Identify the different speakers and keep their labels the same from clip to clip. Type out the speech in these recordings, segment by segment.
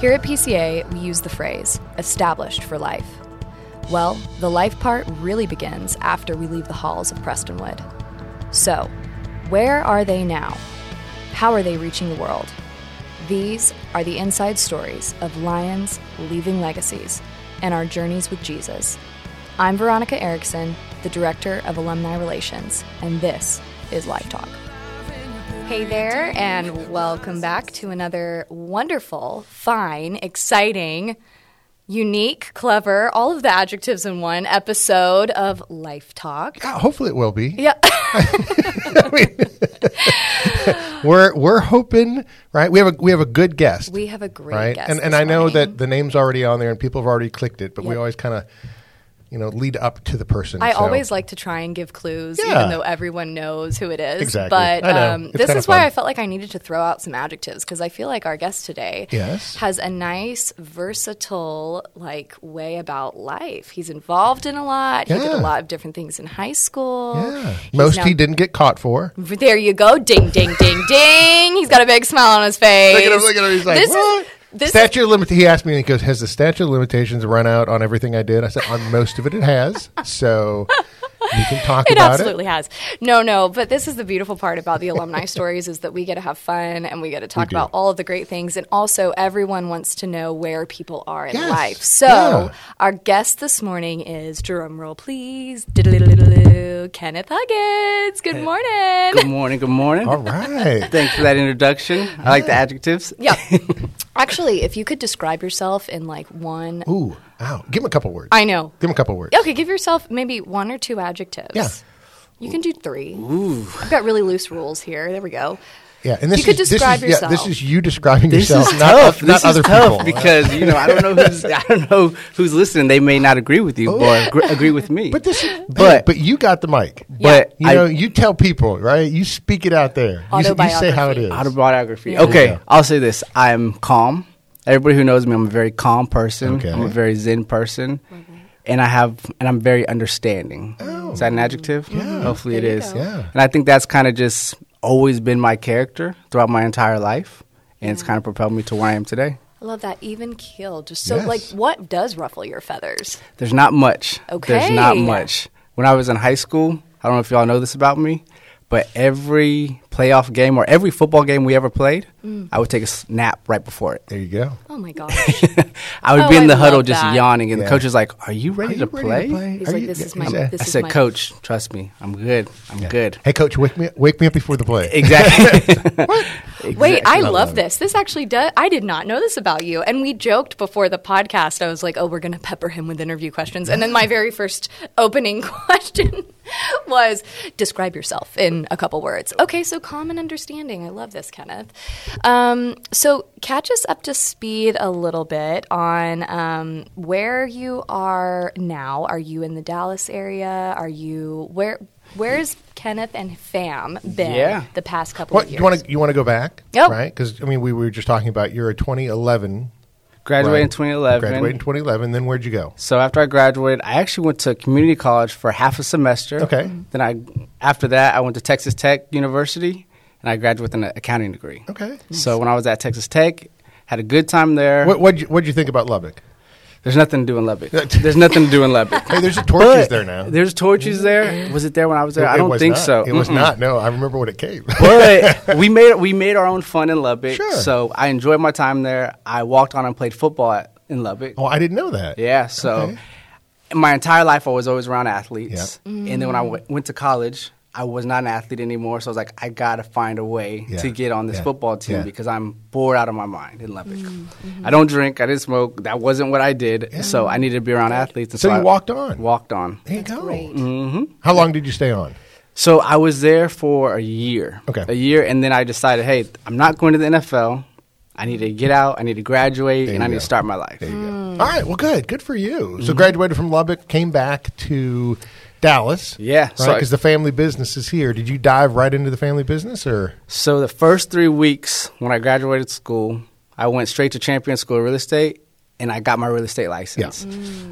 Speaker 1: Here at PCA, we use the phrase established for life. Well, the life part really begins after we leave the halls of Prestonwood. So, where are they now? How are they reaching the world? These are the inside stories of lions leaving legacies and our journeys with Jesus. I'm Veronica Erickson, the Director of Alumni Relations, and this is Live Talk. Hey there, and welcome back to another wonderful, fine, exciting, unique, clever, all of the adjectives in one episode of Life Talk.
Speaker 2: Yeah, hopefully it will be.
Speaker 1: Yeah.
Speaker 2: I mean, we're we're hoping, right? We have a we have a good guest,
Speaker 1: We have a great
Speaker 2: right?
Speaker 1: guest.
Speaker 2: and and
Speaker 1: this
Speaker 2: I know
Speaker 1: morning.
Speaker 2: that the name's already on there and people have already clicked it, but we
Speaker 1: Yep.
Speaker 2: always kind of you know lead up to the person.
Speaker 1: I
Speaker 2: so-
Speaker 1: always like to try and give clues,
Speaker 2: Yeah.
Speaker 1: even though everyone knows who it is.
Speaker 2: Exactly.
Speaker 1: But
Speaker 2: I know.
Speaker 1: Um,
Speaker 2: It's
Speaker 1: this
Speaker 2: kinda
Speaker 1: is why
Speaker 2: fun.
Speaker 1: I felt like I needed to throw out some adjectives because I feel like our guest today
Speaker 2: Yes.
Speaker 1: has a nice, versatile like way about life. He's involved in a lot. He did
Speaker 2: Yeah.
Speaker 1: a lot of different things in high school.
Speaker 2: yeah.
Speaker 1: He's
Speaker 2: Most
Speaker 1: now-
Speaker 2: he didn't get caught for.
Speaker 1: There you go. Ding, ding, ding, ding. He's got a big smile on his face.
Speaker 2: Look at him! Look at him! He's like,
Speaker 1: This is-
Speaker 2: what?
Speaker 1: this is-
Speaker 2: statute of limit. He asked me, and he goes, "Has the statute of limitations run out on everything I did?" I said, "On most of it, it has." So you can talk
Speaker 1: it
Speaker 2: about
Speaker 1: absolutely has. No, no, but this is the beautiful part about the alumni stories is that we get to have fun and we get to talk
Speaker 2: do.
Speaker 1: about all of the great things, and also everyone wants to know where people are in
Speaker 2: Yes.
Speaker 1: life. So
Speaker 2: Yeah.
Speaker 1: our guest this morning is drum roll, please, diddle-diddle-diddle-doo, Kenneth Huggins. Good morning.
Speaker 3: Good morning. Good morning.
Speaker 2: it. All right.
Speaker 3: Thanks for that introduction. I like the adjectives.
Speaker 1: Yeah. Actually, if you could describe yourself in like one,
Speaker 2: Ooh, ow! Give him a couple words.
Speaker 1: I know.
Speaker 2: Give him a couple words.
Speaker 1: Okay, give yourself maybe one or two adjectives.
Speaker 2: Yeah.
Speaker 1: You can do three. I've got really loose rules here. There we go.
Speaker 2: Yeah, and this
Speaker 1: You could
Speaker 2: is,
Speaker 1: describe
Speaker 2: this is, yeah,
Speaker 1: yourself.
Speaker 2: this is you describing
Speaker 3: This
Speaker 2: yourself,
Speaker 3: is
Speaker 2: not,
Speaker 3: tough.
Speaker 2: oth- not
Speaker 3: this
Speaker 2: other
Speaker 3: is tough
Speaker 2: people.
Speaker 3: because you know I don't know who's I don't know who's listening. They may not agree with you or agree, agree with me.
Speaker 2: Oh. but this, is- but
Speaker 3: But-
Speaker 2: but you got the mic.
Speaker 3: but
Speaker 2: You
Speaker 3: I-
Speaker 2: know, you tell people, right? You speak it out there. You, s- you say how it
Speaker 1: Autobiography.
Speaker 2: is.
Speaker 3: autobiography.
Speaker 1: Yeah.
Speaker 3: Okay,
Speaker 2: Yeah.
Speaker 3: I'll say this: I'm calm. Everybody who knows me, I'm a very calm person.
Speaker 2: Okay.
Speaker 3: I'm a very zen person, and I have and I'm very understanding. Is that an adjective? Yeah. Hopefully it
Speaker 1: There you
Speaker 3: is.
Speaker 1: go.
Speaker 2: Oh. Yeah.
Speaker 3: And I think that's kind of just always been my character throughout my entire life, and it's kind of propelled me to where I am today.
Speaker 1: I love that even keel. Just so,
Speaker 2: Yes.
Speaker 1: like, what does ruffle your feathers?
Speaker 3: There's not much. There's not
Speaker 1: Okay.
Speaker 3: much. When I was in high school, I don't know if y'all know this about me, but every playoff game or every football game we ever played,
Speaker 1: Mm.
Speaker 3: I would take a s- nap right before it.
Speaker 2: there you go.
Speaker 1: Oh my gosh!
Speaker 3: I would
Speaker 1: Oh,
Speaker 3: be
Speaker 1: I
Speaker 3: in the
Speaker 1: love
Speaker 3: huddle just
Speaker 1: that.
Speaker 3: yawning, and
Speaker 2: Yeah.
Speaker 3: the coach is like, Are you ready,
Speaker 2: Are you
Speaker 3: to,
Speaker 2: ready
Speaker 3: play?
Speaker 1: He's
Speaker 2: Are
Speaker 1: like,
Speaker 2: you-
Speaker 1: "This is
Speaker 2: yeah,
Speaker 1: my-
Speaker 2: he's a-
Speaker 1: this
Speaker 3: I
Speaker 1: is
Speaker 3: said,
Speaker 1: my-
Speaker 3: Coach, trust me. I'm good. I'm good.
Speaker 2: Hey, coach, wake me wake me up before the play.
Speaker 3: Exactly.
Speaker 1: Wait, I
Speaker 2: I
Speaker 1: love
Speaker 2: love
Speaker 1: this. This actually does. I did not know this about you, and we joked before the podcast. I was like, "Oh, we're going to pepper him with interview questions," and then my very first opening question was, "Describe yourself in a couple words." Okay, so common understanding. I love this, Kenneth. Um, so catch us up to speed a little bit on um, where you are now. Are you in the Dallas area? Are you where? Where's Kenneth and fam been
Speaker 3: Yeah.
Speaker 1: the past couple
Speaker 2: What
Speaker 1: of
Speaker 2: do
Speaker 1: years?
Speaker 2: you want to you want to go back?
Speaker 1: Yep.
Speaker 2: Right? Because I mean, we were just talking about you're a 2011.
Speaker 3: Graduated
Speaker 2: right?
Speaker 3: in 2011.
Speaker 2: Graduated in 2011. Then where'd you go?
Speaker 3: So after I graduated, I actually went to community college for half a semester.
Speaker 2: Okay. Mhm.
Speaker 3: Then I, after that, I went to Texas Tech University, and I graduated with an accounting degree.
Speaker 2: Okay.
Speaker 3: So when I was at Texas Tech, had a good time there.
Speaker 2: What what'd you, what'd you think about Lubbock?
Speaker 3: There's nothing to do in Lubbock. there's nothing to do in Lubbock.
Speaker 2: Hey, there's a torches
Speaker 3: But
Speaker 2: there now.
Speaker 3: There's torches there. Was it there when I was there?
Speaker 2: It-
Speaker 3: I
Speaker 2: it
Speaker 3: don't
Speaker 2: was
Speaker 3: think
Speaker 2: not.
Speaker 3: so.
Speaker 2: It was
Speaker 3: Mm-mm.
Speaker 2: not. No, I remember when it came.
Speaker 3: but we made we made our own fun in Lubbock.
Speaker 2: Sure.
Speaker 3: So I enjoyed my time there. I walked on and played football at, in Lubbock.
Speaker 2: oh, I didn't know that.
Speaker 3: Yeah. So
Speaker 2: Okay.
Speaker 3: my entire life, I was always around athletes. And then when I w- went to college, I was not an athlete anymore. So I was like, I got to find a way
Speaker 2: Yeah.
Speaker 3: to get on this
Speaker 2: Yeah.
Speaker 3: football team
Speaker 2: Yeah.
Speaker 3: because I'm bored out of my mind in Lubbock. I don't drink. I didn't smoke. That wasn't what I did. So I needed to be around athletes. and
Speaker 2: So you
Speaker 3: I
Speaker 2: walked on.
Speaker 3: Walked on.
Speaker 2: There you go.
Speaker 1: great.
Speaker 3: Mm-hmm.
Speaker 2: How long did you stay on?
Speaker 3: So I was there for a year.
Speaker 2: Okay.
Speaker 3: A year, and then I decided, hey, I'm not going to the NFL. I need to get out. I need to graduate,
Speaker 2: There
Speaker 3: and
Speaker 2: you
Speaker 3: I need
Speaker 2: go.
Speaker 3: to start my life.
Speaker 2: There you go. Mm. All right. Well, good. Good for you.
Speaker 3: Mm-hmm.
Speaker 2: So graduated from Lubbock, came back to Dallas.
Speaker 3: Yeah,
Speaker 2: Right.
Speaker 3: so I-
Speaker 2: Because the family business is here. Did you dive right into the family business or?
Speaker 3: So the first three weeks when I graduated school, I went straight to Champion School of Real Estate, and I got my real estate license.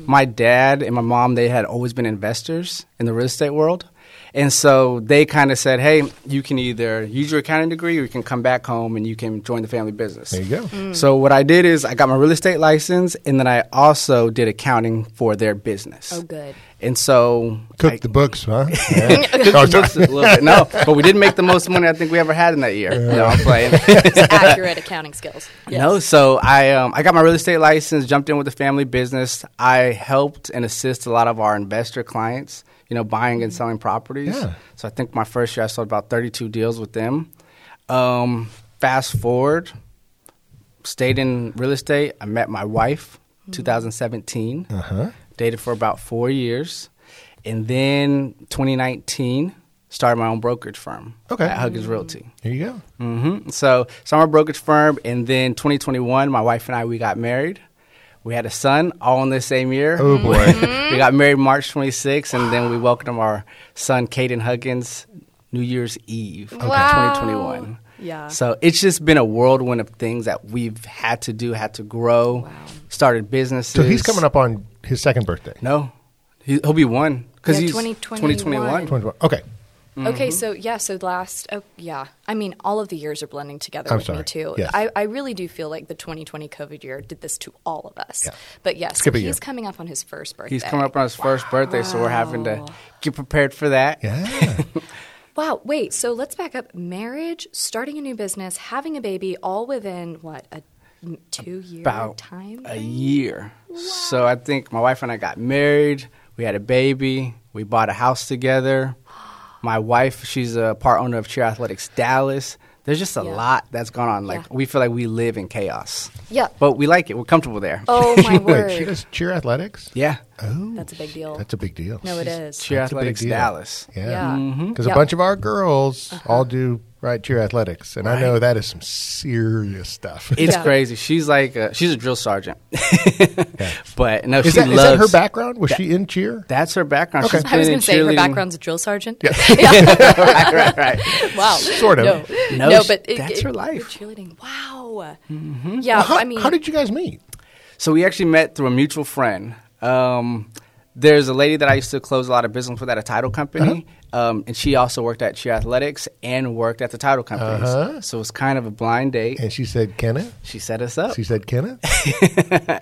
Speaker 3: My dad and my mom they had always been investors in the real estate world, And so they kind of said, hey, you can either use your accounting degree or you can come back home and you can join the family business.
Speaker 2: There you go.
Speaker 1: Mm.
Speaker 3: So what I did is I got my real estate license and then I also did accounting for their business.
Speaker 1: Oh, good.
Speaker 3: And so
Speaker 2: Cook
Speaker 3: I-
Speaker 2: the books, huh? Yeah. Oh,
Speaker 3: Cooked the books a little bit. No, but we did make the most money I think we ever had in that year. No, I'm playing.
Speaker 1: accurate accounting skills.
Speaker 3: No, so I um, I got my real estate license, jumped in with the family business. I helped and assist a lot of our investor clients, you know, buying and selling properties.
Speaker 2: Yeah.
Speaker 3: So I think my first year I sold about 32 deals with them. Um, fast forward, stayed in real estate. I met my wife 2017.
Speaker 2: Mm-hmm. Uh-huh.
Speaker 3: Dated for about 4 years. And then 2019 started my own brokerage firm
Speaker 2: Okay.
Speaker 3: at Huggins Realty.
Speaker 2: Here you go.
Speaker 3: Mm-hmm. So, summer brokerage firm, and then 2021, my wife and I we got married. We had a son, all in the same year.
Speaker 2: Oh, boy.
Speaker 1: Mm-hmm.
Speaker 3: we got married March 26th, and then we welcomed our son, Caden Huggins, New Year's Eve, of
Speaker 1: Wow.
Speaker 3: 2021.
Speaker 1: Yeah.
Speaker 3: So it's just been a whirlwind of things that we've had to do, had to grow, started businesses.
Speaker 2: So he's coming up on his second birthday.
Speaker 3: No, he, he'll be one because
Speaker 1: Yeah,
Speaker 3: he's
Speaker 1: 2021.
Speaker 3: 2021.
Speaker 2: 21. Okay. Mm-hmm.
Speaker 1: Okay, so yeah, so last, oh, yeah, I mean, all of the years are blending together
Speaker 2: I'm
Speaker 1: with me
Speaker 2: sorry.
Speaker 1: too.
Speaker 2: Yes.
Speaker 1: I, I really do feel like the 2020 COVID year did this to all of us.
Speaker 2: Yeah.
Speaker 1: But yes,
Speaker 2: Skip a
Speaker 1: he's
Speaker 2: year.
Speaker 1: coming up on his first birthday.
Speaker 3: He's coming up on his first birthday, so we're having to get prepared for that.
Speaker 2: Yeah.
Speaker 1: Wow, wait, so let's back up. Marriage, starting a new business, having a baby, all within what, a two year
Speaker 3: about
Speaker 1: time?
Speaker 3: a year. So I think my wife and I got married. We had a baby. We bought a house together. My wife, she's a part owner of Cheer Athletics Dallas. There's just a
Speaker 1: Yeah.
Speaker 3: lot that's going on. Like
Speaker 1: Yeah.
Speaker 3: we feel like we live in chaos.
Speaker 1: Yeah.
Speaker 3: But we like it. We're comfortable there.
Speaker 1: oh my
Speaker 2: Wait, she
Speaker 1: word.
Speaker 2: does cheer athletics?
Speaker 3: Yeah.
Speaker 2: Oh,
Speaker 1: That's a big deal.
Speaker 2: That's a big deal.
Speaker 1: no, it is.
Speaker 3: Cheer
Speaker 2: That's a big
Speaker 3: Athletics
Speaker 2: deal.
Speaker 3: Dallas.
Speaker 1: Yeah.
Speaker 2: Yeah. Mm-hmm. Uh-huh.
Speaker 1: Mhm.
Speaker 2: Because
Speaker 1: Yeah.
Speaker 2: a bunch of our girls all do right cheer athletics, and I know that is some serious stuff.
Speaker 3: It's
Speaker 1: Yeah.
Speaker 3: crazy. She's like a, she's a drill sergeant. But no,
Speaker 2: is,
Speaker 3: she
Speaker 2: that, is
Speaker 3: loves
Speaker 2: that her background? Was she in cheer?
Speaker 3: That's her background.
Speaker 2: Okay.
Speaker 3: She's been
Speaker 1: I was
Speaker 3: in
Speaker 1: going to say her
Speaker 3: cheerleading-
Speaker 1: background's a drill sergeant.
Speaker 3: right, right, right.
Speaker 1: Wow.
Speaker 2: Sort of.
Speaker 1: No, no,
Speaker 3: No,
Speaker 1: but it,
Speaker 3: that's
Speaker 1: it-
Speaker 3: her life.
Speaker 1: Cheerleading. Wow. Yeah,
Speaker 2: How,
Speaker 1: I mean,
Speaker 2: Mm-hmm. Uh-huh. how did you guys meet?
Speaker 3: So we actually met through a mutual friend. Um, there's a lady that I used to close a lot of business with at a title company,
Speaker 2: Uh-huh.
Speaker 3: um, and she also worked at Cheer Athletics and worked at the title companies.
Speaker 2: Uh-huh.
Speaker 3: So it was kind of a blind date.
Speaker 2: And she said, Kenna.
Speaker 3: She set us up.
Speaker 2: She said, Kenna.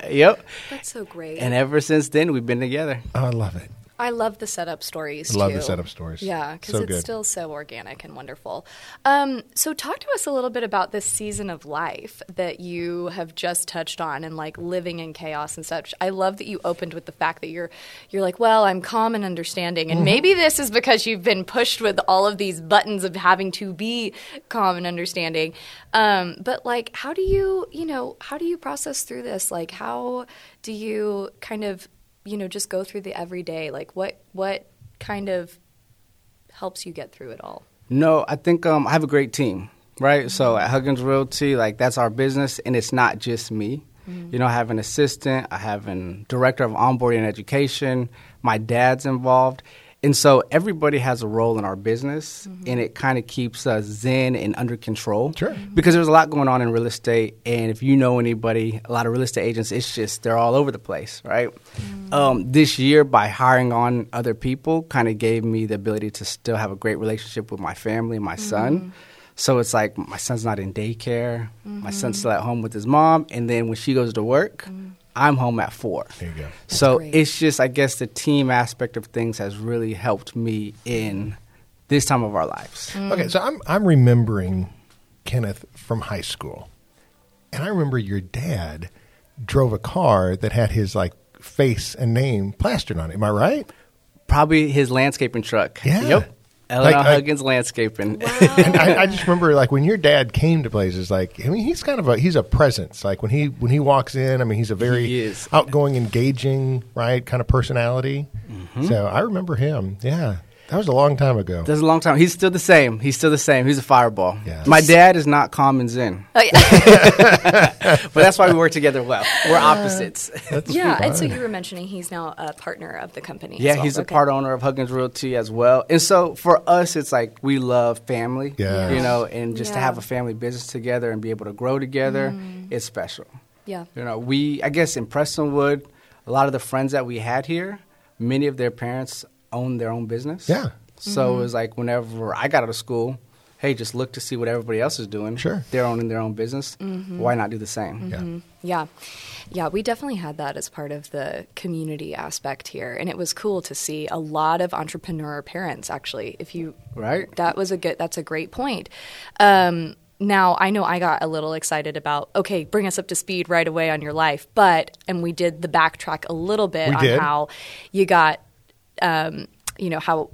Speaker 3: yep.
Speaker 1: that's so great.
Speaker 3: And ever since then, we've been together.
Speaker 2: I love it.
Speaker 1: I love the setup stories.
Speaker 2: Love
Speaker 1: too.
Speaker 2: the setup stories.
Speaker 1: Yeah, because
Speaker 2: So
Speaker 1: it's
Speaker 2: good.
Speaker 1: still so organic and wonderful. Um, so, talk to us a little bit about this season of life that you have just touched on, and like living in chaos and such. I love that you opened with the fact that you're you're like, well, I'm calm and understanding, and maybe this is because you've been pushed with all of these buttons of having to be calm and understanding. Um, but like, how do you, you know, how do you process through this? Like, how do you kind of you know just go through the everyday like what what kind of helps you get through it all.
Speaker 3: No, I think um, I have a great team, right? So at Huggins Realty, like that's our business, and it's not just me. You know, I have an assistant, I have an director of onboarding and education, my dad's involved. And so everybody has a role in our business, and it kind of keeps us zen and under control.
Speaker 2: Sure. Mhm.
Speaker 3: Because there's a lot going on in real estate, and if you know anybody, a lot of real estate agents, it's just they're all over the place, right? Um, this year, by hiring on other people, kind of gave me the ability to still have a great relationship with my family and my son. So it's like my son's not in daycare, my son's still at home with his mom, and then when she goes to work, I'm home at four.
Speaker 2: There you go.
Speaker 3: So
Speaker 1: great.
Speaker 3: it's just, I guess, the team aspect of things has really helped me in this time of our lives.
Speaker 2: Okay, so I'm I'm remembering Kenneth from high school, and I remember your dad drove a car that had his like face and name plastered on it. Am I right?
Speaker 3: Probably his landscaping truck.
Speaker 2: Yeah.
Speaker 3: Yep. Eleanor
Speaker 2: Like, I-
Speaker 3: Huggins Landscaping.
Speaker 2: And I, I just remember like when your dad came to places, like I mean, he's kind of a he's a presence. Like when he when he walks in, I mean, he's a very
Speaker 3: He is.
Speaker 2: outgoing, engaging, right kind of personality. So I remember him. Yeah, that was a long time ago.
Speaker 3: That's a long time. He's still Mm-hmm. the same. He's still the same. He's a fireball.
Speaker 2: Yeah.
Speaker 3: My dad is not calm and zen,
Speaker 1: Oh, yeah,
Speaker 3: but that's why we work together well. We're opposites.
Speaker 2: That's
Speaker 1: yeah.
Speaker 2: fine.
Speaker 1: And so you were mentioning he's now a partner of the company. as
Speaker 3: Yeah,
Speaker 1: well.
Speaker 3: he's a
Speaker 1: Okay.
Speaker 3: part owner of Huggins Realty as well. And so for us, it's like we love family,
Speaker 2: Yes.
Speaker 3: you know, and just to
Speaker 1: Yeah.
Speaker 3: have a family business together and be able to grow together, it's special.
Speaker 1: Yeah.
Speaker 3: You know, we, I guess in Prestonwood, a lot of the friends that we had here, many of their parents own their own business.
Speaker 2: Yeah.
Speaker 3: So it was like whenever I got out of school, hey, just look to see what everybody else is doing.
Speaker 2: Sure.
Speaker 3: They're owning their own business. Why not do the same?
Speaker 2: Yeah.
Speaker 1: Yeah. Yeah, we definitely had that as part of the community aspect here. And it was cool to see a lot of entrepreneur parents actually. If you
Speaker 3: Right.
Speaker 1: That was a good that's a great point. Um now I know I got a little excited about okay, bring us up to speed right away on your life, but and we did the backtrack a little bit
Speaker 2: We
Speaker 1: on
Speaker 2: did.
Speaker 1: how you got um, you know, how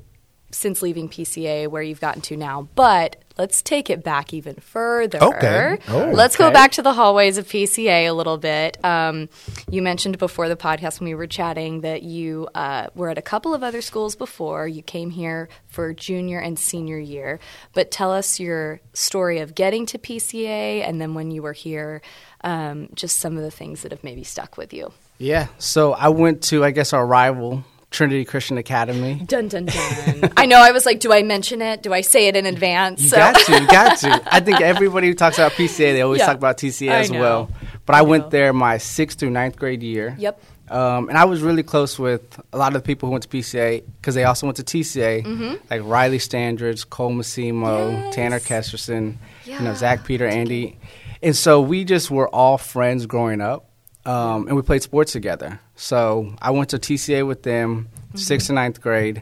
Speaker 1: since leaving PCA where you've gotten to now, but let's take it back even further.
Speaker 2: Okay. Oh.
Speaker 1: Let's go
Speaker 3: Okay.
Speaker 1: back to the hallways of PCA a little bit. Um, you mentioned before the podcast when we were chatting that you uh, were at a couple of other schools before. You came here for junior and senior year, but tell us your story of getting to PCA and then when you were here, um, just some of the things that have maybe stuck with you.
Speaker 3: Yeah. So I went to, I guess, our rival, Trinity Christian Academy.
Speaker 1: Dun dun dun. I know. I was like, do I mention it? Do I say it in advance?
Speaker 3: You
Speaker 1: So-
Speaker 3: got to, you got to. I think everybody who talks about PCA, they always
Speaker 1: Yeah.
Speaker 3: talk about TCA
Speaker 1: I
Speaker 3: as
Speaker 1: know.
Speaker 3: well. But I,
Speaker 1: I know.
Speaker 3: went there my sixth through ninth grade year.
Speaker 1: Yep.
Speaker 3: Um, and I was really close with a lot of the people who went to PCA because they also went to TCA, like Riley Standridge, Cole Massimo,
Speaker 1: Mm-hmm. Yes.
Speaker 3: Tanner Kesterson, you
Speaker 1: Yeah.
Speaker 3: know, Zach Peter, Andy. And so we just were all friends growing up um, and we played sports together. So I went to TCA with them, sixth and ninth grade.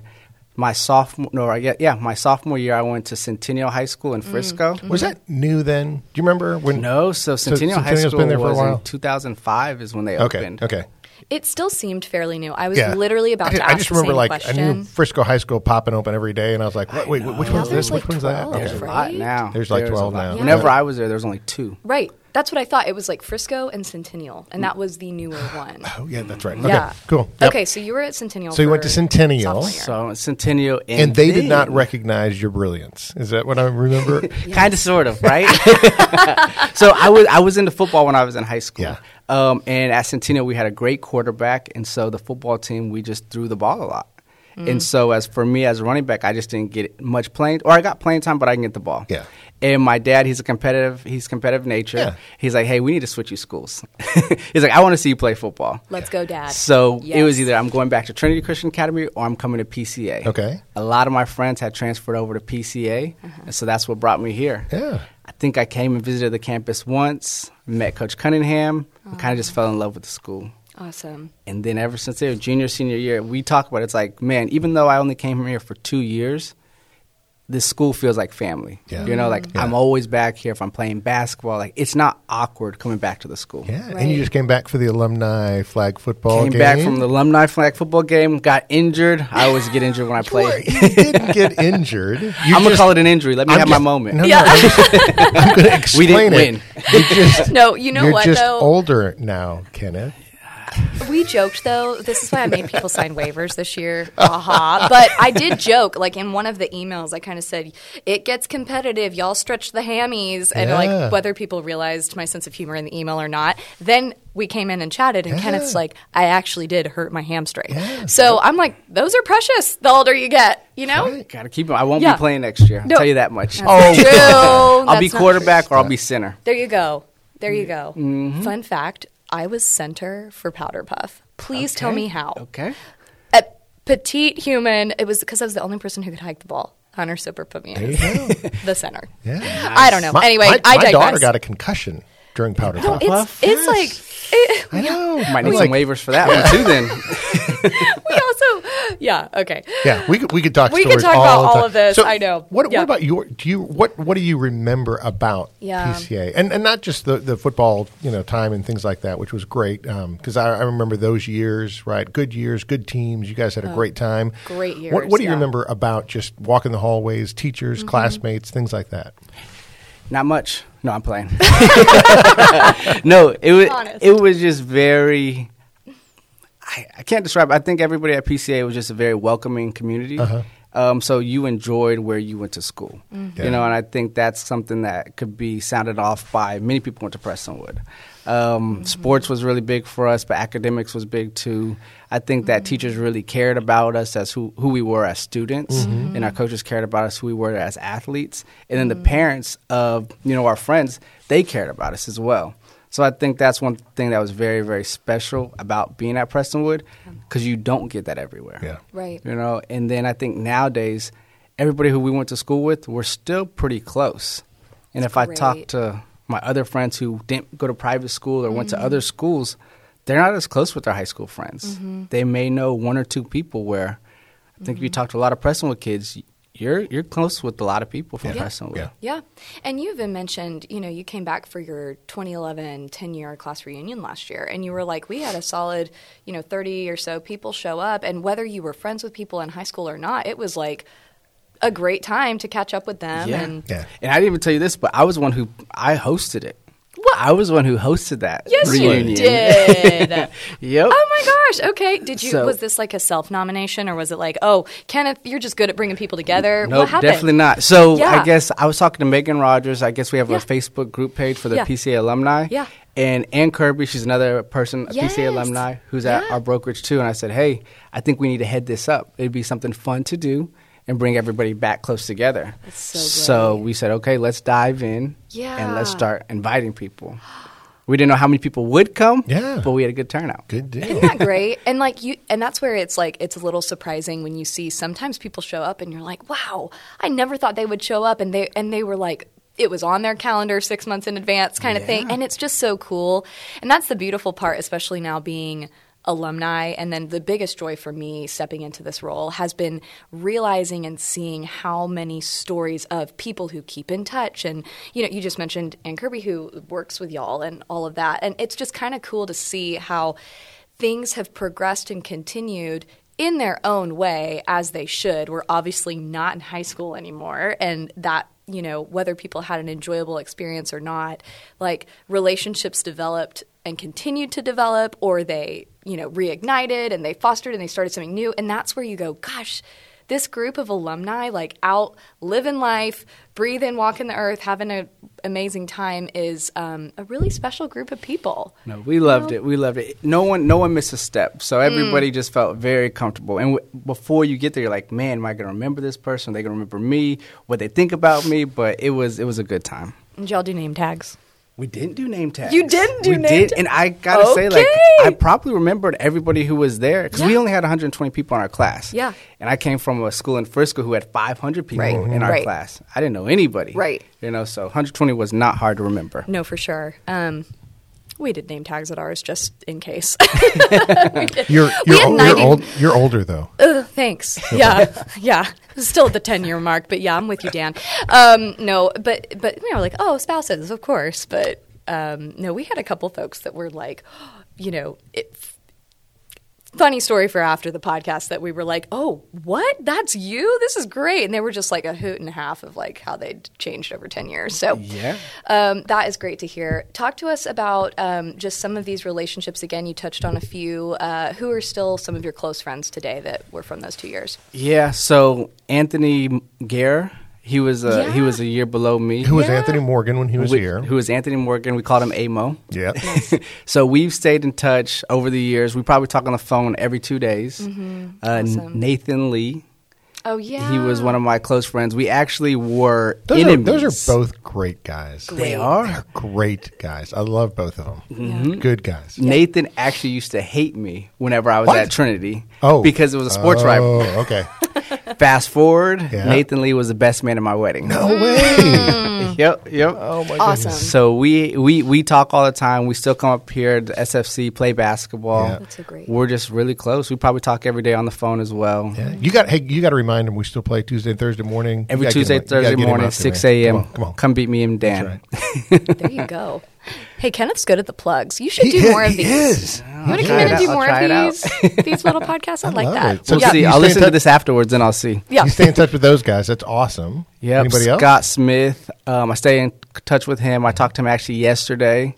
Speaker 3: My sophomore, no, I get, yeah, my sophomore year, I went to Centennial High School in Frisco.
Speaker 2: Was that new then? Do you remember when?
Speaker 3: No, so Centennial High
Speaker 2: Centennial's
Speaker 3: School
Speaker 2: been there for a
Speaker 3: was
Speaker 2: while?
Speaker 3: in 2005 is when they
Speaker 2: Okay.
Speaker 3: opened.
Speaker 2: Okay.
Speaker 1: It still seemed fairly new. I was
Speaker 2: Yeah.
Speaker 1: literally about
Speaker 2: I, ju-
Speaker 1: to
Speaker 2: I
Speaker 1: ask
Speaker 2: just
Speaker 1: the
Speaker 2: remember
Speaker 1: same
Speaker 2: like
Speaker 1: question.
Speaker 2: I knew Frisco High School popping open every day, and I was like, wait, wait, which one's
Speaker 1: Now
Speaker 2: this?
Speaker 1: there's
Speaker 2: Which
Speaker 1: like
Speaker 2: one's that?
Speaker 1: 12.
Speaker 2: Okay.
Speaker 3: There's a
Speaker 1: Right?
Speaker 3: lot now.
Speaker 2: There's like
Speaker 3: There's a
Speaker 2: 12
Speaker 3: lot.
Speaker 2: now.
Speaker 3: Whenever
Speaker 2: Yeah.
Speaker 3: I was there, there was only two.
Speaker 1: Right. That's what I thought. It was like Frisco and Centennial, and that was the newer one.
Speaker 2: Oh yeah, that's right. Okay.
Speaker 1: Yeah.
Speaker 2: Cool. Yep.
Speaker 1: Okay, so you were at Centennial.
Speaker 2: So you went
Speaker 1: for
Speaker 2: to Centennial.
Speaker 1: sophomore year.
Speaker 3: So Centennial and,
Speaker 2: And they did not
Speaker 3: then-
Speaker 2: recognize your brilliance. Is that what I remember?
Speaker 3: kind of sort of right so i was i was into football when i was in high school
Speaker 2: Yeah.
Speaker 3: um, and at centennial we had a great quarterback and so the football team we just threw the ball a lot and so as for me as a running back i just didn't get much playing or i got playing time but i can get the ball
Speaker 2: Yeah.
Speaker 3: and my dad he's a competitive he's competitive nature
Speaker 2: Yeah.
Speaker 3: he's like hey we need to switch you schools he's like i want to see you play football
Speaker 1: Let's go, Dad.
Speaker 3: so it was
Speaker 1: Yes.
Speaker 3: either I'm going back to Trinity Christian Academy or I'm coming to PCA.
Speaker 2: Okay.
Speaker 3: A lot of my friends had transferred over to PCA, and so that's what brought me here.
Speaker 2: Yeah.
Speaker 3: I think I came and visited the campus once, met Coach Cunningham, and kind of just fell in love with the school.
Speaker 1: Awesome.
Speaker 3: And then ever since there, junior, senior year, we talk about it. it's like, man, even though I only came here for two years, this school feels like family.
Speaker 2: Yeah.
Speaker 3: You know, like
Speaker 2: Yeah.
Speaker 3: I'm always back here if I'm playing basketball. Like it's not awkward coming back to the school.
Speaker 2: Yeah. And
Speaker 1: Right.
Speaker 2: you just came back for the alumni flag football
Speaker 3: Came
Speaker 2: game.
Speaker 3: back from the alumni flag football game, got injured. I always get injured when I play.
Speaker 2: You didn't get injured. You
Speaker 3: I'm gonna
Speaker 2: just-
Speaker 3: call it an injury. Let me
Speaker 2: I'm
Speaker 3: have
Speaker 2: just-
Speaker 3: my moment.
Speaker 2: No, no, I'm, just- I'm gonna explain
Speaker 3: We
Speaker 2: it.
Speaker 3: didn't win.
Speaker 2: You just,
Speaker 1: No, you know
Speaker 2: you're
Speaker 1: what
Speaker 2: just
Speaker 1: though?
Speaker 2: older now, Kenneth.
Speaker 1: We joked though. This is why I made people sign waivers this year. Aha. But I did joke, like in one of the emails, I kind of said, it gets competitive. Y'all stretch the hammies. And
Speaker 2: Yeah.
Speaker 1: like whether people realized my sense of humor in the email or not, then we came in and chatted, and
Speaker 2: Yeah.
Speaker 1: Kenneth's like, I actually did hurt my hamstring.
Speaker 2: Yeah.
Speaker 1: So I'm like, those are precious the older you get, you know?
Speaker 2: Right.
Speaker 3: Gotta keep him. I won't
Speaker 1: Yeah.
Speaker 3: be playing next year.
Speaker 1: No.
Speaker 3: I'll tell you that much.
Speaker 2: Oh.
Speaker 1: That's true.
Speaker 3: Oh. I'll be
Speaker 1: That's not
Speaker 3: quarterback or I'll be center.
Speaker 1: There you go. There you go.
Speaker 2: Mm-hmm.
Speaker 1: Fun fact I was center for Powder Puff. Please tell
Speaker 3: Okay.
Speaker 1: me how.
Speaker 3: Okay.
Speaker 1: A petite human. It was because I was the only person who could hike the ball. Hunter Super put me in
Speaker 2: Yeah.
Speaker 1: the center.
Speaker 2: Yeah.
Speaker 1: I don't know.
Speaker 2: My,
Speaker 1: anyway,
Speaker 2: my,
Speaker 1: I
Speaker 2: my
Speaker 1: digress.
Speaker 2: daughter got a concussion during powder puff.
Speaker 1: it's, it's like it-
Speaker 2: I know.
Speaker 3: Might
Speaker 2: I'm
Speaker 3: need
Speaker 2: like,
Speaker 3: some waivers for that one too then.
Speaker 1: we also yeah okay
Speaker 2: Yeah, we could we could talk.
Speaker 1: We could talk
Speaker 2: stories all
Speaker 1: about
Speaker 2: the
Speaker 1: all
Speaker 2: time.
Speaker 1: of this,
Speaker 2: So
Speaker 1: I know.
Speaker 2: What,
Speaker 1: Yeah.
Speaker 2: what about your? Do you what What do you remember about
Speaker 1: Yeah.
Speaker 2: PCA and and not just the the football you know time and things like that, which was great because I, I remember those years, right? Good years, good teams. You guys had a great time.
Speaker 1: Oh, great
Speaker 2: What,
Speaker 1: years,
Speaker 2: what do you
Speaker 1: yeah. Mm-hmm.
Speaker 2: remember about just walking the hallways, teachers, classmates, things like that?
Speaker 3: Not much. No, I'm playing. no, it was
Speaker 1: Honest.
Speaker 3: it was just very. I, I can't describe. I think everybody at PCA was just a very welcoming community.
Speaker 2: Uh-huh.
Speaker 3: Um, so you enjoyed where you went to school,
Speaker 2: Yeah.
Speaker 1: Mm-hmm.
Speaker 3: you know, and I think that's something that could be sounded off by many people who went to Prestonwood. Um, Sports was really big for us, but academics was big too. I think that teachers really cared about us as who, who we were as students, and our coaches cared about us who we were as athletes, and then the parents of you know our friends they cared about us as well. So I think that's one thing that was very, very special about being at Prestonwood because you don't get that everywhere.
Speaker 2: Yeah.
Speaker 1: Right.
Speaker 3: You know, and then I think nowadays everybody who we went to school with, we're still pretty close. And if I talk
Speaker 1: Great.
Speaker 3: to my other friends who didn't go to private school or went
Speaker 1: Mm-hmm.
Speaker 3: to other schools, they're not as close with their high school friends.
Speaker 1: Mm-hmm.
Speaker 3: They may know one or two people where I think if you talk to a lot of Prestonwood kids, you're you're close with a lot of people from
Speaker 1: Yeah.
Speaker 3: Prestonwood.
Speaker 2: Yeah.
Speaker 1: Yeah. And you even mentioned, you know, you came back for your 2011 10 year class reunion last year, and you were like, we had a solid, you know, 30 or so people show up. And whether you were friends with people in high school or not, it was like a great time to catch up with them.
Speaker 3: Yeah.
Speaker 1: And
Speaker 2: Yeah.
Speaker 3: And I didn't even tell you this, but I was the one who I hosted it.
Speaker 1: What?
Speaker 3: I was the one who hosted that.
Speaker 1: yes,
Speaker 3: reunion.
Speaker 1: you did.
Speaker 3: Yep.
Speaker 1: Oh my gosh. Okay. Did you,
Speaker 3: So-
Speaker 1: was this like a self nomination or was it like, oh, Kenneth, you're just good at bringing people together?
Speaker 3: No,
Speaker 1: what happened?
Speaker 3: definitely not. So
Speaker 1: Yeah.
Speaker 3: I guess I was talking to Megan Rogers. I guess we have
Speaker 1: Yeah.
Speaker 3: a Facebook group page for the
Speaker 1: Yeah.
Speaker 3: PCA alumni.
Speaker 1: Yeah.
Speaker 3: And Ann Kirby, she's another person, a PCA
Speaker 1: Yes.
Speaker 3: alumni, who's at
Speaker 1: Yeah.
Speaker 3: our brokerage too. And I said, hey, I think we need to head this up. It'd be something fun to do and bring everybody back close together.
Speaker 1: so great.
Speaker 3: we said, okay, let's dive in and let's
Speaker 1: Yeah.
Speaker 3: start inviting people. We didn't know how many people would come,
Speaker 2: Yeah.
Speaker 3: but we had a good turnout.
Speaker 2: Good deal.
Speaker 1: Isn't that great? And like you, and that's where it's like it's a little surprising when you see sometimes people show up and you're like, wow, I never thought they would show up, and they and they were like. It was on their calendar six months in advance, kind of thing. And it's just so cool. And that's the beautiful part, especially now being alumni. And then the biggest joy for me stepping into this role has been realizing and seeing how many stories of people who keep in touch. And, you know, you just mentioned Ann Kirby, who works with y'all and all of that. And it's just kind of cool to see how things have progressed and continued in their own way as they should. We're obviously not in high school anymore, and that you know whether people had an enjoyable experience or not, like relationships developed and continued to develop, or they you know reignited and they fostered and they started something new, and that's where you go, gosh. This group of alumni, like out living life, breathing, walking the earth, having an amazing time, is um, a really special group of people.
Speaker 3: No, we loved it. We loved it. No one, no one missed a step. So
Speaker 1: Mm.
Speaker 3: everybody just felt very comfortable. And w- before you get there, you're like, man, am I going to remember this person? Are they going to remember me? What they think about me? But it was, it was a good time.
Speaker 1: Did y'all do name tags?
Speaker 3: We didn't do name tags.
Speaker 1: You didn't do
Speaker 3: we
Speaker 1: name
Speaker 3: did,
Speaker 1: ta-
Speaker 3: and I gotta say, like,
Speaker 1: Okay.
Speaker 3: I probably remembered everybody who was there because we
Speaker 1: Yeah.
Speaker 3: only had 120 people in our class.
Speaker 1: Yeah.
Speaker 3: and I came from a school in Frisco who had 500 people
Speaker 1: Right,
Speaker 3: in our
Speaker 1: right.
Speaker 3: class. I didn't know anybody.
Speaker 1: Right.
Speaker 3: you know, so 120 was not hard to remember.
Speaker 1: No, for sure. Um, we did name tags at ours just in case.
Speaker 2: You're
Speaker 1: We
Speaker 2: you're,
Speaker 1: had
Speaker 2: ol-
Speaker 1: 90
Speaker 2: you're old. You're older though.
Speaker 1: Ugh, thanks. Yeah, yeah. Still at the ten-year mark, but yeah, I'm with you, Dan. Um, no, but but you know, like oh, spouses, of course. But um, no, we had a couple folks that were like, you know, it, funny story for after the podcast that we were like, oh, what? That's you? This is great. And they were just like a hoot and a half of like how they'd changed over 10 years. So
Speaker 3: Yeah.
Speaker 1: um, that is great to hear. Talk to us about um, just some of these relationships. Again, you touched on a few. Uh, who are still some of your close friends today that were from those two years?
Speaker 3: Yeah, so Anthony Gare, he was a, he
Speaker 1: Yeah.
Speaker 3: was a year below me.
Speaker 2: Who was
Speaker 1: Yeah.
Speaker 2: Anthony Morgan when he was
Speaker 3: We-
Speaker 2: here?
Speaker 3: Who is Anthony Morgan? We called him Amo.
Speaker 2: Yep.
Speaker 3: so we've stayed in touch over the years. We probably talk on the phone every two days. Uh, N- Nathan Lee,
Speaker 1: Oh, Mm-hmm. yeah.
Speaker 3: he was one of my close friends. We actually were
Speaker 2: Those are,
Speaker 3: enemies.
Speaker 2: those are both great guys.
Speaker 3: They are. Mm-hmm.
Speaker 2: They're great guys. I love both of them. Good guys.
Speaker 3: Nathan actually used to hate me whenever I was
Speaker 2: What?
Speaker 3: at Trinity.
Speaker 2: Oh,
Speaker 3: because it was a sports
Speaker 2: oh,
Speaker 3: rival.
Speaker 2: Okay.
Speaker 3: Fast forward,
Speaker 2: Yeah.
Speaker 3: Nathan Lee was the best man at my wedding.
Speaker 2: No way.
Speaker 3: Yep, yep. Oh my
Speaker 1: Awesome. goodness.
Speaker 3: So we we we talk all the time. We still come up here to SFC, play basketball.
Speaker 2: Yeah.
Speaker 1: That's so great.
Speaker 3: We're just really close. We probably talk every day on the phone as well.
Speaker 2: Yeah. You got. Hey, you got to remind him we still play Tuesday and Thursday morning.
Speaker 3: Every
Speaker 2: You gotta get
Speaker 3: Tuesday,
Speaker 2: him- you gotta
Speaker 3: Thursday
Speaker 2: get him
Speaker 3: morning,
Speaker 2: out there, man.
Speaker 3: six a.m.
Speaker 2: Come on, come on.
Speaker 3: beat me and Dan.
Speaker 2: That's right.
Speaker 1: There you go. Hey, Kenneth's good at the plugs. You should
Speaker 2: He
Speaker 1: do
Speaker 2: is-
Speaker 1: more of
Speaker 2: he
Speaker 1: these.
Speaker 2: is.
Speaker 1: You want to come
Speaker 3: I'll
Speaker 1: in
Speaker 3: try
Speaker 1: and
Speaker 3: it
Speaker 1: do
Speaker 3: out.
Speaker 1: more
Speaker 3: I'll try
Speaker 1: of
Speaker 3: it
Speaker 1: these these little podcasts? I, like
Speaker 2: love
Speaker 1: that.
Speaker 2: it.
Speaker 3: We'll
Speaker 2: Yeah.
Speaker 3: see.
Speaker 2: You
Speaker 3: I'll
Speaker 2: stay
Speaker 3: listen
Speaker 2: in
Speaker 3: to
Speaker 2: touch-
Speaker 3: this afterwards, and I'll see.
Speaker 1: Yeah.
Speaker 2: You stay in touch with those guys. That's awesome.
Speaker 3: Yep.
Speaker 2: Anybody else?
Speaker 3: Scott Smith. Um, I stay in touch with him. I talked to him actually yesterday.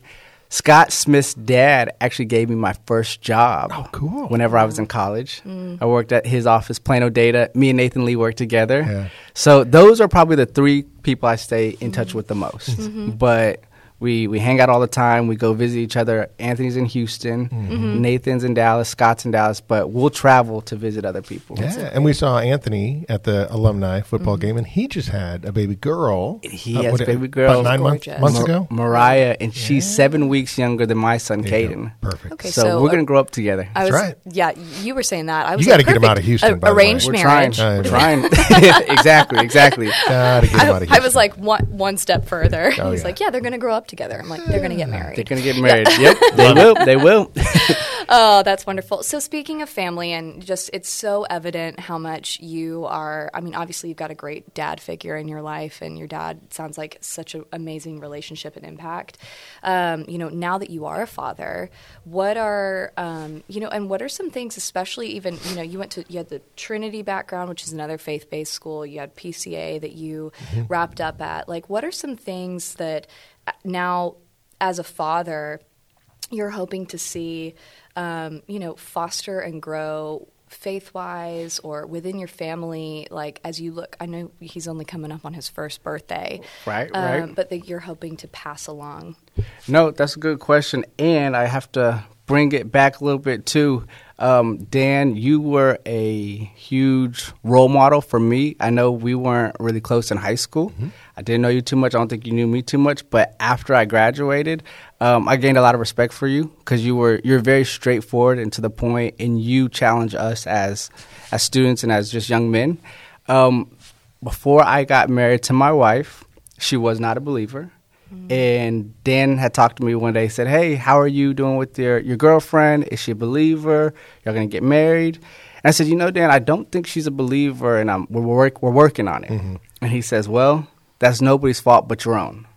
Speaker 3: Scott Smith's dad actually gave me my first job.
Speaker 2: Oh, cool.
Speaker 3: Whenever I was in college, I worked at his office, Plano Data. Me and Nathan Lee worked together.
Speaker 2: Yeah.
Speaker 3: So those are probably the three people I stay in touch with the most. But We we hang out all the time. We go visit each other. Anthony's in Houston,
Speaker 2: Mm-hmm.
Speaker 3: Nathan's in Dallas, Scott's in Dallas, but we'll travel to visit other people.
Speaker 2: Yeah, and we saw Anthony at the alumni football game, and he just had a baby girl.
Speaker 3: He
Speaker 2: uh,
Speaker 3: has
Speaker 2: what,
Speaker 3: baby
Speaker 2: About
Speaker 3: girl.
Speaker 2: nine month-
Speaker 1: Gorgeous.
Speaker 2: months
Speaker 3: Mar-
Speaker 2: ago.
Speaker 3: Mariah, and she's seven weeks younger than my son,
Speaker 2: There you go.
Speaker 3: Caden.
Speaker 2: Perfect.
Speaker 1: Okay,
Speaker 3: so,
Speaker 1: so,
Speaker 3: we're
Speaker 1: uh,
Speaker 3: gonna grow up together.
Speaker 1: I was,
Speaker 2: right.
Speaker 1: Yeah, you were saying that. I was.
Speaker 2: You gotta
Speaker 1: like,
Speaker 2: get 'em
Speaker 1: perfect.
Speaker 2: out of Houston,
Speaker 1: A-
Speaker 2: by the way.
Speaker 1: arranged
Speaker 3: we're
Speaker 1: marriage.
Speaker 2: Uh,
Speaker 3: trying. We're trying. exactly. Exactly.
Speaker 2: Gotta get him out of
Speaker 1: I, I
Speaker 2: Houston.
Speaker 1: was like one one step further.
Speaker 2: Oh,
Speaker 1: He's
Speaker 2: yeah.
Speaker 1: like, yeah, they're gonna grow up together. I'm like, they're gonna get married.
Speaker 3: They're gonna get married. Yep. They will. They will.
Speaker 1: Oh, that's wonderful. So speaking of family and just it's so evident how much you are I mean, obviously you've got a great dad figure in your life and your dad sounds like such an amazing relationship and impact. Um, you know, now that you are a father, what are um, you know, and what are some things especially even, you know, you went to you had the Trinity background, which is another faith-based school, you had PCA that you wrapped up at. Like what are some things that uh, now as a father you're hoping to see, um, you know, foster and grow faith wise or within your family, like as you look, I know he's only coming up on his first birthday. um,
Speaker 3: Right, right.
Speaker 1: But that you're hoping to pass along.
Speaker 3: No, that's a good question, and I have to bring it back a little bit too. Um, Dan, you were a huge role model for me. I know we weren't really close in high school. I didn't know you too much. I don't think you knew me too much. But after I graduated, um, I gained a lot of respect for you because you were you're very straightforward and to the point, and you challenge us as as students and as just young men. Um, before I got married to my wife, she was not a believer. Mm-hmm. And Dan had talked to me one day, said, Hey, how are you doing with your, your girlfriend? Is she a believer? Y'all gonna get married? And I said, You know, Dan, I don't think she's a believer, and I'm, we're, work, we're working on it. And he says, Well, that's nobody's fault but your own.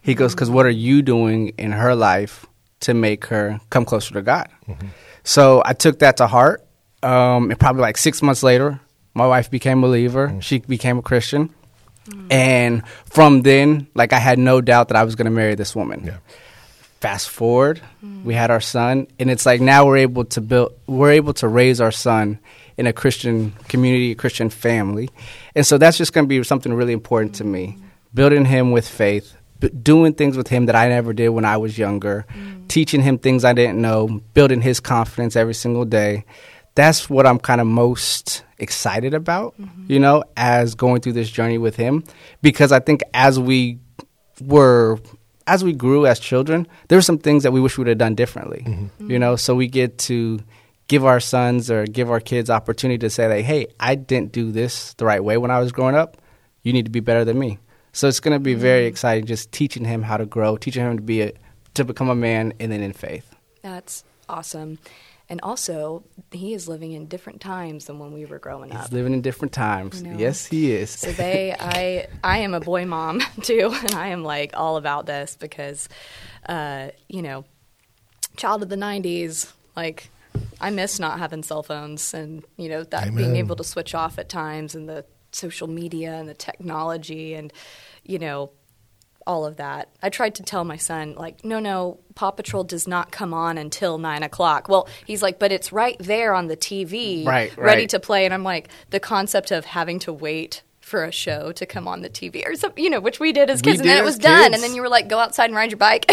Speaker 3: He goes, Because what are you doing in her life to make her come closer to God? So I took that to heart. Um, and probably like six months later, my wife became a believer. She became a Christian. And from then, like I had no doubt that I was going to marry this woman.
Speaker 2: Yeah.
Speaker 3: Fast forward, we had our son, and it's like now we're able to build, we're able to raise our son in a Christian community, a Christian family, and so that's just going to be something really important to me. Building him with faith, b- doing things with him that I never did when I was younger, teaching him things I didn't know, building his confidence every single day that's what I'm kind of most excited about, you know, as going through this journey with him because I think as we were as we grew as children, there were some things that we wish we would have done differently.
Speaker 2: Mm-hmm.
Speaker 3: You know, so we get to give our sons or give our kids opportunity to say like, "Hey, I didn't do this the right way when I was growing up. You need to be better than me." So it's going to be
Speaker 1: Mm-hmm.
Speaker 3: very exciting just teaching him how to grow, teaching him to be a to become a man and then in faith.
Speaker 1: That's awesome. And also, he is living in different times than when we were growing up.
Speaker 3: He's living in different times.
Speaker 1: I know.
Speaker 3: Yes, he is.
Speaker 1: So they, I, I am a boy mom too, and I am like all about this because, uh, you know, child of the '90s, like I miss not having cell phones and you know that being
Speaker 2: Amen.
Speaker 1: able to switch off at times and the social media and the technology and you know all of that. I tried to tell my son, like, no, no, Paw Patrol does not come on until nine o'clock. Well, he's like, but it's right there on the TV,
Speaker 3: Right,
Speaker 1: ready
Speaker 3: right.
Speaker 1: to play. And I'm like, the concept of having to wait for a show to come on the TV or something, you know, which we did as
Speaker 3: We
Speaker 1: kids, and then
Speaker 3: did
Speaker 1: it was
Speaker 3: as
Speaker 1: done, and
Speaker 3: kids.
Speaker 1: then you were like, go outside and ride your bike.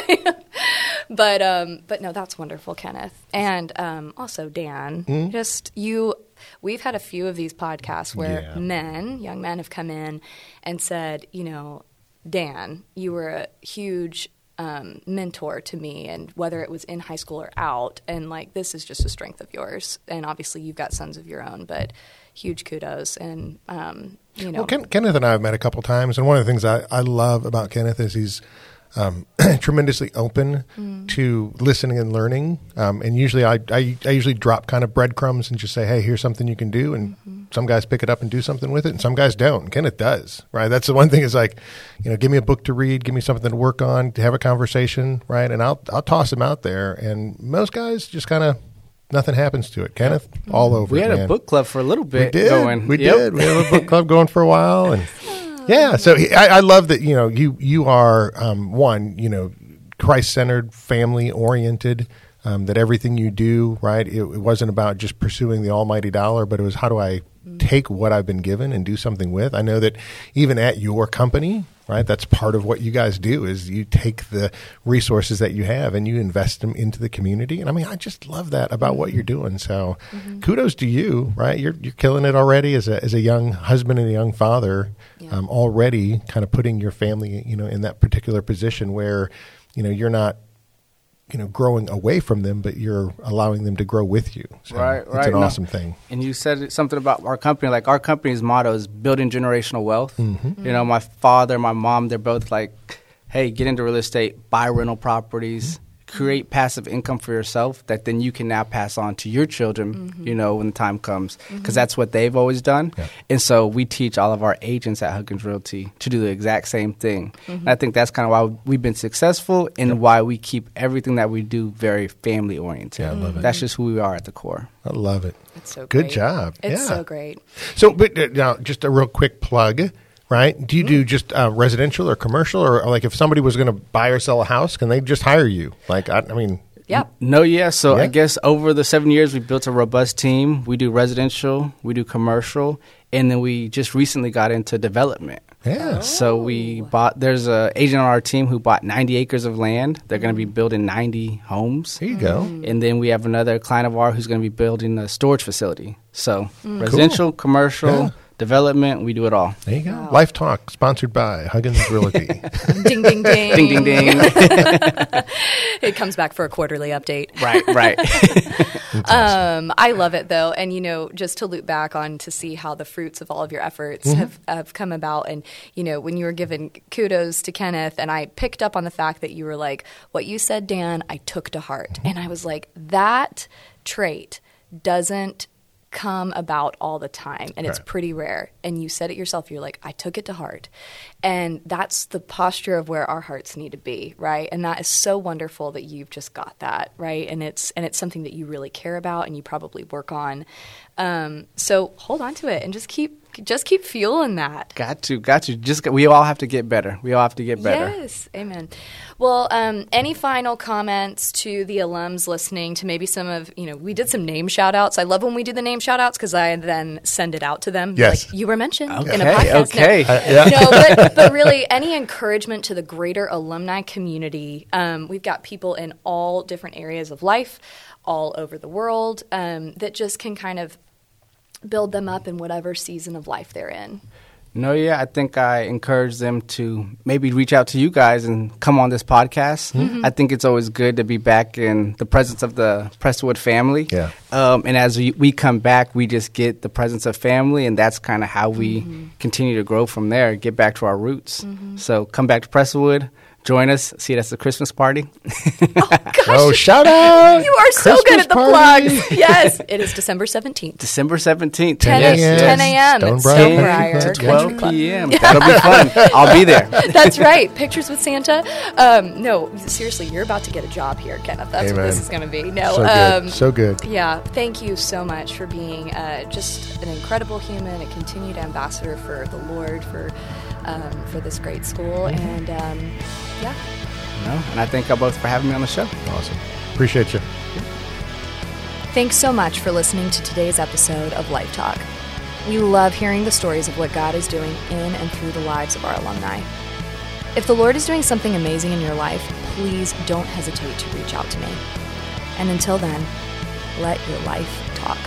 Speaker 1: but um, but no, that's wonderful, Kenneth, and um, also Dan.
Speaker 3: Hmm?
Speaker 1: Just you, we've had a few of these podcasts where
Speaker 2: Yeah.
Speaker 1: men, young men, have come in and said, you know, Dan, you were a huge um, mentor to me, and whether it was in high school or out, and like this is just a strength of yours, and obviously you've got sons of your own, but huge kudos, and um, you know,
Speaker 2: Well, Ken, Kenneth and I have met a couple times, and one of the things I, I love about Kenneth is he's um, tremendously open
Speaker 1: Mm.
Speaker 2: to listening and learning. Um, and usually, I, I I usually drop kind of breadcrumbs and just say, "Hey, here's something you can do," and
Speaker 1: Mm-hmm.
Speaker 2: some guys pick it up and do something with it, and some guys don't. And Kenneth does, right? That's the one thing is like, you know, give me a book to read, give me something to work on, to have a conversation, right? And I'll I'll toss him out there, and most guys just kind of. Nothing happens to it. Kenneth, all over.
Speaker 3: We
Speaker 2: it,
Speaker 3: had
Speaker 2: man.
Speaker 3: a book club for a little bit
Speaker 2: We did.
Speaker 3: going.
Speaker 2: We
Speaker 3: Yep.
Speaker 2: did. We had a book club going for a while, and yeah. So he- I, I love that. You know, you you are um, one. You know, Christ centered, family oriented. Um, that everything you do, right? It, it wasn't about just pursuing the almighty dollar, but it was how do I take what I've been given and do something with. I know that even at your company, right? That's part of what you guys do is you take the resources that you have and you invest them into the community. And I mean, I just love that about what you're doing. So
Speaker 1: Mm-hmm.
Speaker 2: kudos to you, right? You're, you're killing it already as a, as a young husband and a young father,
Speaker 1: Yeah.
Speaker 2: um, already kind of putting your family, you know, in that particular position where, you know, you're not, you know, growing away from them, but you're allowing them to grow with you. So
Speaker 3: Right,
Speaker 2: it's
Speaker 3: right,
Speaker 2: an
Speaker 3: no.
Speaker 2: awesome thing.
Speaker 3: and you said something about our company. Like our company's motto is building generational wealth.
Speaker 2: Mm-hmm.
Speaker 3: You know, my father, my mom, they're both like, "Hey, get into real estate, buy rental properties,
Speaker 2: Mm-hmm.
Speaker 3: create passive income for yourself that then you can now pass on to your children." You know, when the time comes, because that's what they've always done.
Speaker 2: Mm-hmm. Yeah.
Speaker 3: And so we teach all of our agents at Huggins Realty to do the exact same thing.
Speaker 2: Mm-hmm.
Speaker 3: And I think that's kind of why we've been successful and why we keep everything that we do very family oriented.
Speaker 2: Yeah, I love it.
Speaker 3: That's just who we are at the core.
Speaker 2: I love it.
Speaker 1: It's so
Speaker 2: good
Speaker 1: great.
Speaker 2: job.
Speaker 1: It's
Speaker 2: yeah.
Speaker 1: so great.
Speaker 2: So, but uh, now just a real quick plug, right? Do you
Speaker 1: Mm.
Speaker 2: do just uh, residential or commercial, or, or, like if somebody was going to buy or sell a house, can they just hire you? Like, I, I mean,
Speaker 1: Yeah.
Speaker 3: No, yeah. So
Speaker 2: Yeah.
Speaker 3: I guess over the seven years, we built a robust team. We do residential, we do commercial, and then we just recently got into development.
Speaker 2: yeah,
Speaker 3: So we bought. There's a agent on our team who bought 90 acres of land. They're going to be building 90 homes.
Speaker 2: there you go.
Speaker 1: Mm.
Speaker 3: And then we have another client of ours who's going to be building a storage facility. So residential, commercial,
Speaker 2: Yeah.
Speaker 3: development, we do it all.
Speaker 2: There you go. Life Talk, sponsored by Huggins Realty.
Speaker 1: ding ding ding.
Speaker 3: Ding ding ding.
Speaker 1: It comes back for a quarterly update.
Speaker 3: right, right.
Speaker 1: Um, I love it though, and you know, just to loop back on to see how the fruits of all of your efforts have, have come about, and you know, when you were given kudos to Kenneth, and I picked up on the fact that you were like, "What you said, Dan, I took to heart," and I was like, "That trait doesn't." come about all the time and it's
Speaker 2: Right.
Speaker 1: pretty rare and you said it yourself you're like I took it to heart and that's the posture of where our hearts need to be right and that is so wonderful that you've just got that right and it's and it's something that you really care about and you probably work on um, so hold on to it and just keep just keep fueling that
Speaker 3: got to, got to. Just we all have to get better. We all have to get better.
Speaker 1: Yes, amen. Well, um, any final comments to the alums listening to maybe some of, you know, we did some name shout outs. I love when we do the name shout outs because I then send it out to them.
Speaker 2: Yes.
Speaker 1: Like, you were mentioned in a
Speaker 3: Okay,
Speaker 1: podcast. No.
Speaker 3: okay.
Speaker 2: Uh, yeah.
Speaker 1: no, but, but really, any encouragement to the greater alumni community. Um, we've got people in all different areas of life, all over the world, um, that just can kind of build them up in whatever season of life they're in.
Speaker 3: No, yeah, I think I encourage them to maybe reach out to you guys and come on this podcast. I think it's always good to be back in the presence of the Presswood family.
Speaker 2: Yeah.
Speaker 3: Um, and as we, we come back, we just get the presence of family, and that's kind of how we continue to grow from there, get back to our roots. So come back to Presswood, join us, see it at the Christmas party.
Speaker 2: oh, shout out!
Speaker 1: You are so good
Speaker 2: Christmas
Speaker 1: at the
Speaker 2: party.
Speaker 1: plugs. Yes, it is December 17th.
Speaker 3: December 17th.
Speaker 1: 10 a.m.
Speaker 3: Yes, yes.
Speaker 1: 10 a.m. at
Speaker 2: Stonebriar
Speaker 1: Stonebriar
Speaker 2: Country
Speaker 1: Country
Speaker 2: Club.
Speaker 3: 12
Speaker 1: Club.
Speaker 3: p.m. That'll be fun. I'll be there.
Speaker 1: That's right. Pictures with Santa. Um, no, seriously, you're about to get a job here, Kenneth. That's what
Speaker 2: Amen.
Speaker 1: this is going to be. No,
Speaker 2: So good.
Speaker 1: um,
Speaker 2: so good.
Speaker 1: yeah. Thank you so much for being uh, just an incredible human, a continued ambassador for the Lord, for um, for this great school, and um, yeah.
Speaker 3: No, and I thank you both for having me on the show.
Speaker 2: Awesome. Appreciate you.
Speaker 1: Thanks so much for listening to today's episode of Life Talk. We love hearing the stories of what God is doing in and through the lives of our alumni. If the Lord is doing something amazing in your life, please don't hesitate to reach out to me. And until then, let your life talk.